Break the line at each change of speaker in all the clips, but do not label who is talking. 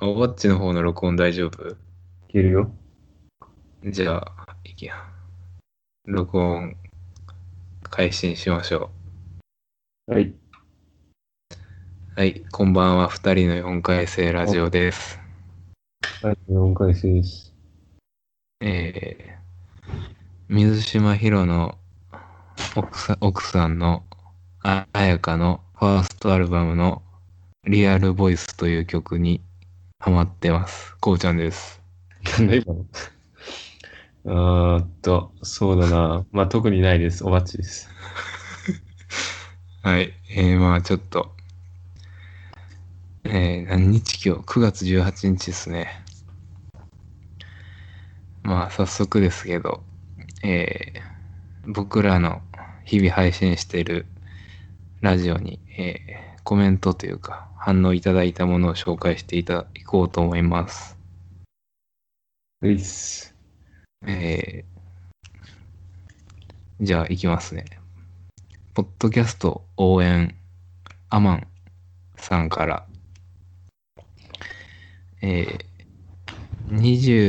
ッチの方の録音大丈夫
いけるよ。
じゃあ、いきや。録音、開始しましょ
はい。
う。はい、こんばんは、二人の四回生ラジオです。
はい、4回生です。
えー、水島ひろの奥さ奥さんの、ああやかのファーストアルバムのリアルボイスという曲にハマってます。こうちゃんです。
なんだ今 のあーっと、そうだな。まあ、特にないです。おばっちです。
はい。えー、まあちょっと、えー、何日今日 ?9 月18日ですね。まあ早速ですけど、えー、僕らの日々配信しているラジオに、えー、コメントというか反応いただいたものを紹介していた、いこうと思います。
ういっす。
えー、じゃあ行きますね。ポッドキャスト応援アマンさんから、えー、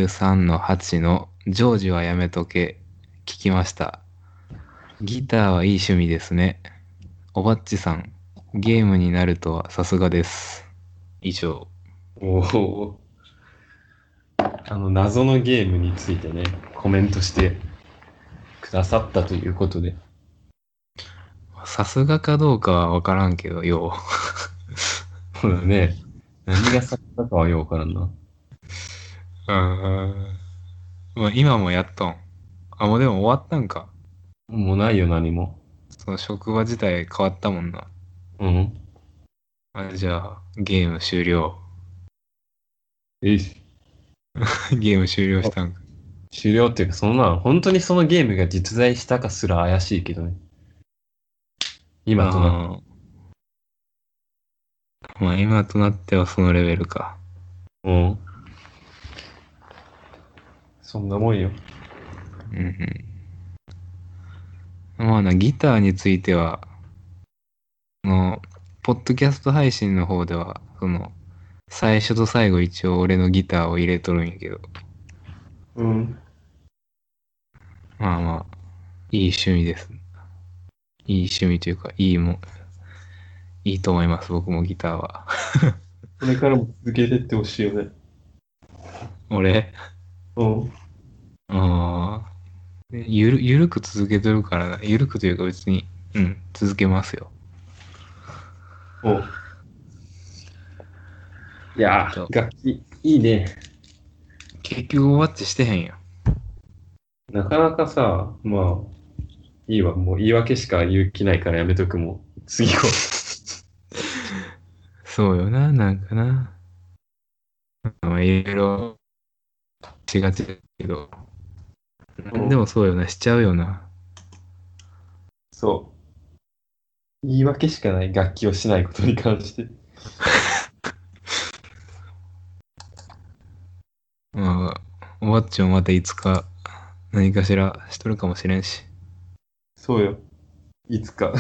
23の8のジョージはやめとけ聞きました。ギターはいい趣味ですね。おばっちさん、ゲームになるとはさすがです。以上。
おお。あの、謎のゲームについてね、コメントしてくださったということで。
さすがかどうかはわからんけど、よう。
そうだね。何がされたかはようわからんな。
うん。まあ今もやっとん。あ、もうでも終わったんか。
もうないよ、何も。
その職場自体変わったもんな。
うん。
あじゃあ、ゲーム終了。
ういっす。
ゲーム終了したんか。
終了っていうか、そんな、本当にそのゲームが実在したかすら怪しいけどね。今となっては
あーまあ今となってはそのレベルか。
うん。そんなもんよ。
うんうん。まあな、ギターについては、その、ポッドキャスト配信の方では、その、最初と最後一応俺のギターを入れとるんやけど、
うん。
まあまあ、いい趣味です。いい趣味というか、いいもん、いいと思います、僕もギターは。
これからも続けてってほしいよね。
俺、
うん。
ああ、ゆる、ゆるく続けてるからな。ゆるくというか別に、うん、続けますよ。
おいや
そう
ー、楽器、いいね。
結局終わってしてへんや
なかなかさ、まあ、いいわ。もう言い訳しか言う気ないからやめとくもう。次行 こ
そうよな、なんかな。まあ、いろいろ、しがちだけど。なんでもそうよな、しちゃうよな。
う。そう。言い訳しかない楽器をしないことに関して。
まあ、おばっちもまたいつか、何かしらしとるかもしれんし。
そうよ。いつか。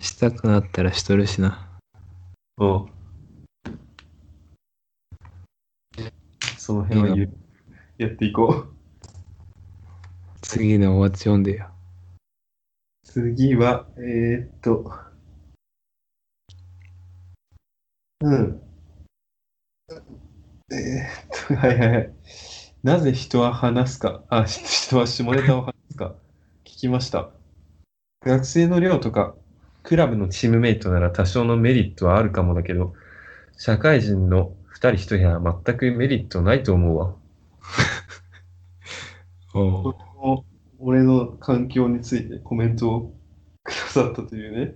したくなったらしとるしな。
うん。その辺は言うやっていこう。
次でおばっち読んでよ。
次は、えー、っと、うん。えー、っと、はいはいはい。なぜ人は話すか、あ、し人は下ネタを話すか、聞きました。学生の寮とか、クラブのチームメイトなら多少のメリットはあるかもだけど、社会人の二人一人は全くメリットないと思うわ。
おう
俺の環境についてコメントをくださったというね。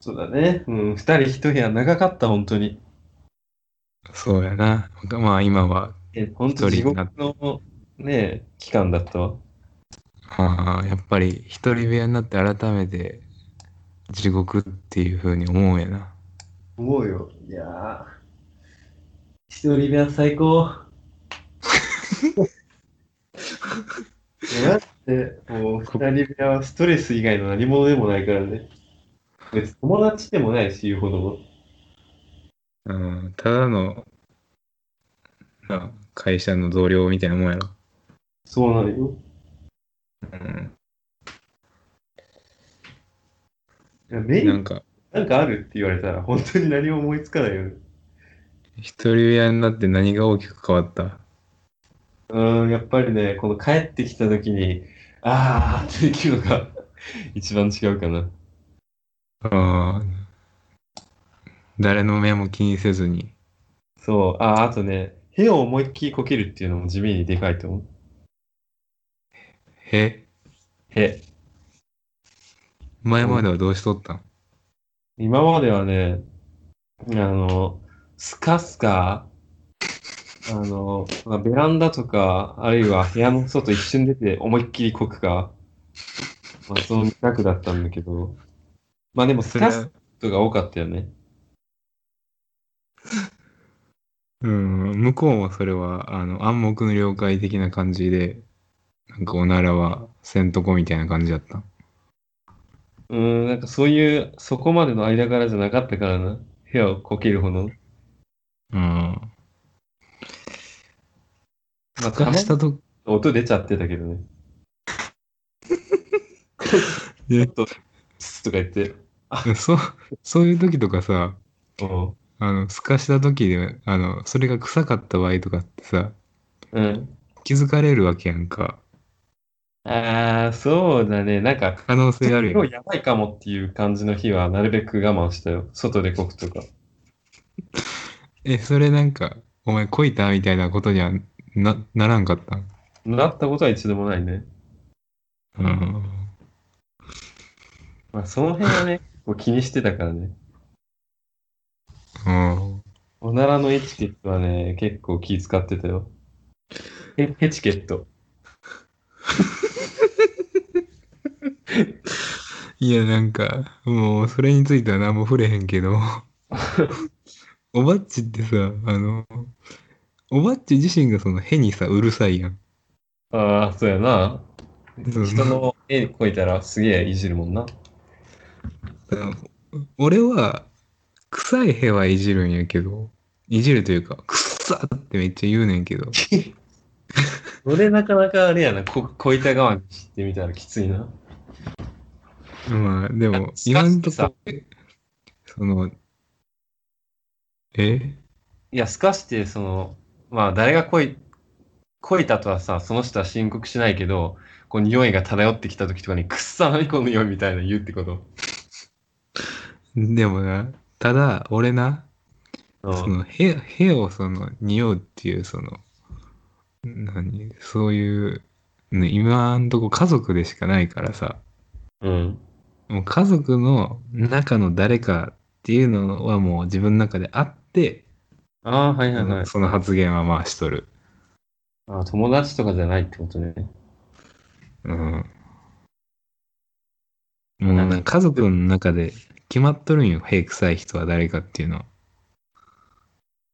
そうだね。うん、二人一部屋長かった、本当に。
そうやな。まあ今は、
え、本当
一
地
人に
獄
なっ
のね、期間だったわ。
ああ、やっぱり一人部屋になって改めて地獄っていう風に思うんやな。
思うよ。いやー一人部屋最高。 いやだって、もう二人部屋はストレス以外の何物でもないからね。別に友達でもないし、言うほどの。
うん、ただの、な会社の同僚みたいなもんやろ。
そうなのよ。
うん、
いやメイン
なんか、
なんかあるって言われたら、本当に何も思いつかないよね。
一人親になって何が大きく変わった
うーん、やっぱりね、この帰ってきた時に、あーってできるのが 一番違うかな。
ああ、誰の目も気にせずに。
そう、あーあとね、部を思いっきりこけるっていうのも地味にでかいと思う。
へ
へ。
前まではどうしとったん
今まではね、あの、スカスカ、あの、まあベランダとか、あるいは部屋の外一瞬出て思いっきりこくか、まあ、その楽だったんだけど、まあでもス
それ
カス
は、
カが多かったよね。
うん、向こうもそれは、あの、暗黙の了解的な感じで、なんかおならはせんとこみたいな感じだったん。
うーん、なんかそういう、そこまでの間柄じゃなかったからな。部屋をこけるほど。ま
うん。
あ、
ふ
た
か
まに
したとき、
音出ちゃってたけどね。ち
え
ょっと、スッとか言って。
そう、そういう時とかさ、
おう
あの、すかした時で、あの、それが臭かった場合とかってさ、
うん。
気づかれるわけやんか。
ああ、そうだね。なんか、
可能性あるや
今
ん。
日やばいかもっていう感じの日は、なるべく我慢したよ。外でこくとか。
え、それなんか、お前こいたみたいなことにはな、ならんかったん
なったことは一度もないね。
うん。
まあ、その辺はね、結構気にしてたからね。
うん。
おならのエチケットはね、結構気使ってたよ。え、エチケット。
いや、なんか、もう、それについては何も触れへんけ ど、おばっちってさ、あの、おばっち自身がその、へにさ、うるさいやん。
ああ、そうやな。
そう
人の絵こいたらすげえいじるもんな。
俺は、臭いへはいじるんやけど、いじるというか、くっさってめっちゃ言うねんけど、
俺なかなかあれやな、こ、こいた側に知ってみたらきついな。
まあ、でも、
しかし
今んと
さ
こ、その、え
いや、すかして、その、まあ、誰がこい、こいたとはさ、その人は申告しないけど、こう、匂いが漂ってきた時とかに、くっさなにこの匂いみたいな言うってこと。
でもな、ただ、俺な、
うん
その、へ、へをその、匂うっていう、その、何、そういう、ね今んとこ家族でしかないからさ、
うん。
もう家族の中の誰かっていうのはもう自分の中であって、
ああ、はいはいはい。
その発言はまあしとる。
あー友達とかじゃないってことね。
うん。もうなんか家族の中で決まっとるんよ、へ臭い人は誰かっていうの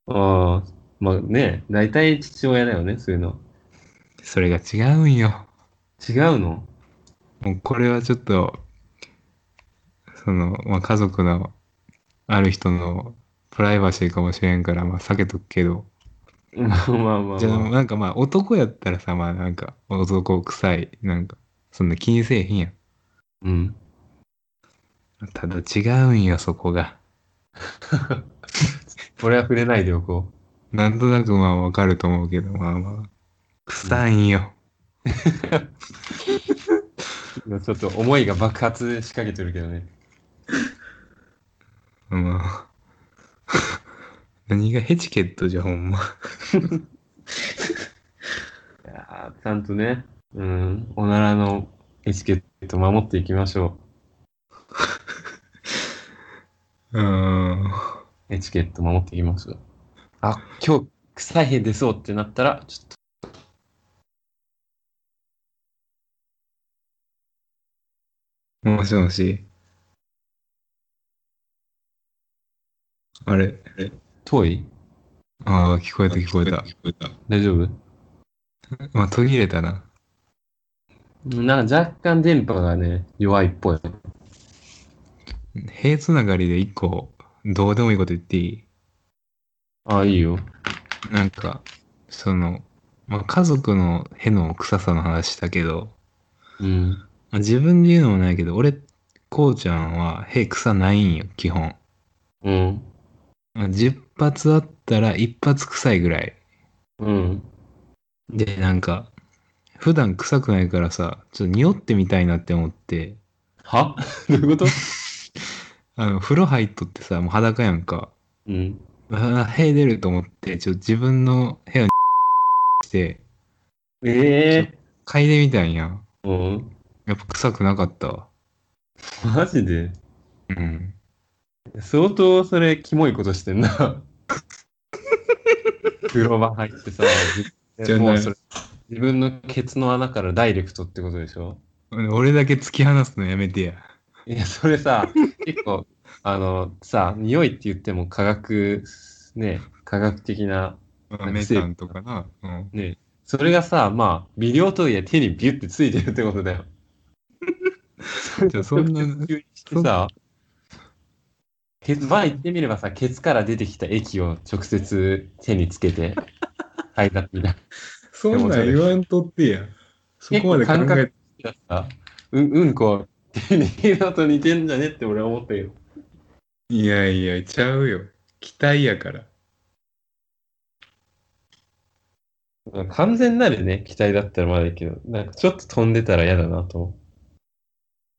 は。
ああ、まあね、大体父親だよね、そういうの。
それが違うんよ。
違うの
もうこれはちょっと、その、まあ、家族のある人のプライバシーかもしれんから、まあ、避けとくけど。
まあまあまあ
じゃあ、
まあ。
なんかまあ、男やったらさ、まあなんか、男臭い、なんか、そんな気にせえへんやん。
うん。
ただ違うんよ、そこが。
俺は触れないでおこ
なんとなくまあわかると思うけど、まあまあ。臭いんよ。
う。今ちょっと思いが爆発しかけてるけどね。
うん。 何がヘチケットじゃ、ほんま。
いやーちゃんとね、うん、おならのエチケット守っていきましょ
うん。
う。エチケット守っていきましょう。あ、今日、臭い屁出そうってなったら、ちょっと。
もしもし。あれ
遠い
ああ、聞こえた聞こえた。
大丈夫
まあ、途切れたな。
なんか若干電波がね、弱いっぽい。
へつながりで一個、どうでもいいこと言っていい
ああ、いいよ。
なんか、その、まあ、家族のへの臭さの話したけど、
うん。
まあ、自分で言うのもないけど、俺、こうちゃんは、へ、臭ないんよ、基本。
うん。
まあ、10発あったら1発臭いぐらい。
うん。
で、なんか、普段臭くないからさ、ちょっと匂ってみたいなって思って、
は どういうこと
あの、風呂入っとってさ、もう裸やんか。
うん。
あへ出ると思って、ちょっと自分の部屋に して、
ええ
嗅いでみたんや。
うん。
やっぱ臭くなかったわ。
マジで
うん。
相当それ、キモいことしてん な。風呂場入ってさ、
じゃあね
もうそれ自分のケツの穴からダイレクトってことでしょ
俺だけ突き放すのやめてや。
いや、それ さ、結構、あの、さ、匂いって言っても科学、ね、科学的な、
まあメタンとかな。うん。
ね、それがさ、まあ、微量とはいえ手にビュってついてるってことだよ。
じゃあそんな、
急にしてさ、ケツ、まあ言ってみればさ、ケツから出てきた液を直接手につけ て、嗅いだみたい
そ
んなん言
わんとってや。そ
こまで考え結構感覚なさ、うん、うんこ、手に入れたのと似てんじゃねって俺は思ったよ。
いやいや、ちゃうよ。期待やから。
完全なるね、期待だったらまだいいけど、なんかちょっと飛んでたら嫌だなと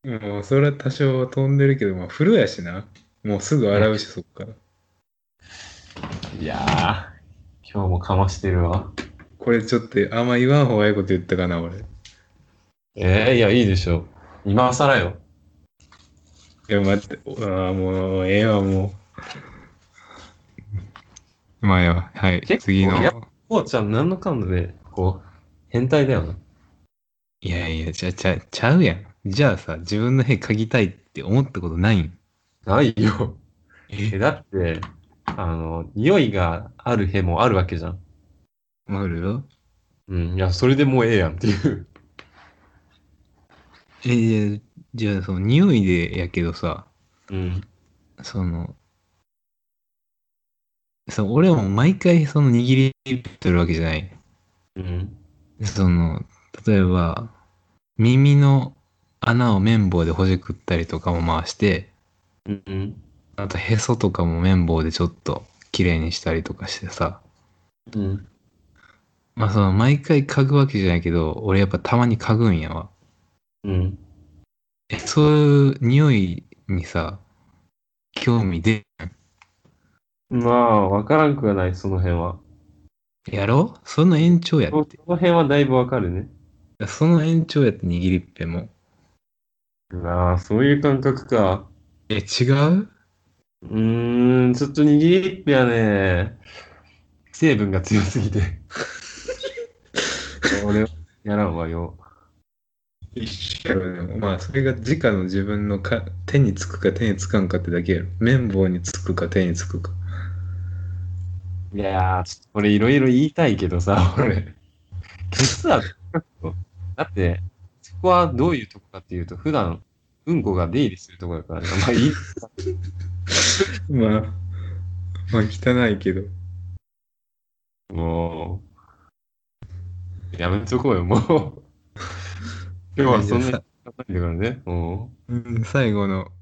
思
もうそれは多少飛んでるけど、まあ風呂やしな。もうすぐ
洗
うし、そっから。
う。いやー、今日もかましてるわ。
これちょっとあんま言わん方がいいこと言ったかな、俺。い
えー、いや、いいでしょ。今更よ。
や、待って。ああ、もう、ええわ、もう。まあや、はい。
結構
次の。
やこうちゃん、何のかんだで、こう、変態だよな。
いやいや、ちゃちゃちゃうやん。じゃあさ、自分の部屋嗅ぎたいって思ったことないん
ないよ。え、
え
だって、あの、匂いがある部もあるわけじゃん。
わかるよ。
うん、いや、それでもうええやんっていう。
え、いやじゃあ、その匂いでやけどさ、
うん。
その、そう俺も毎回その握り取るわけじゃない。
うん。
その、例えば、耳の穴を綿棒でほじくったりとかも回して、
うん。
あとへそとかも綿棒でちょっと綺麗にしたりとかしてさ、
うん。
まあその毎回嗅ぐわけじゃないけど、俺やっぱたまに嗅ぐんやわ。
うん。
え、そういう匂いにさ、興味で、
まあ、わからんくはない、その辺は。
やろその延長や
そ
っ
の辺はだいぶわかるね。
て。その延長やって握りっぺも。
ああ、そういう感覚か。
え、違う
うーん、ちょっと握りっぺはね、成分が強すぎ て。俺はやらんわよ。
一緒やろでもまあそれが直の自分のか手につくか手につかんかってだけやろ。綿棒につくか手につくか。
いやー、ちょっとこれいろいろ言いたいけどさ、俺。実は、だって、そこはどういうとこかっていうと、普段、うんこが出入りするとこだからね、まあいい。
まあ、まあ汚いけど。
もう、やめとこうよ、もう。今日はそんなに、だからね、も
うん最後の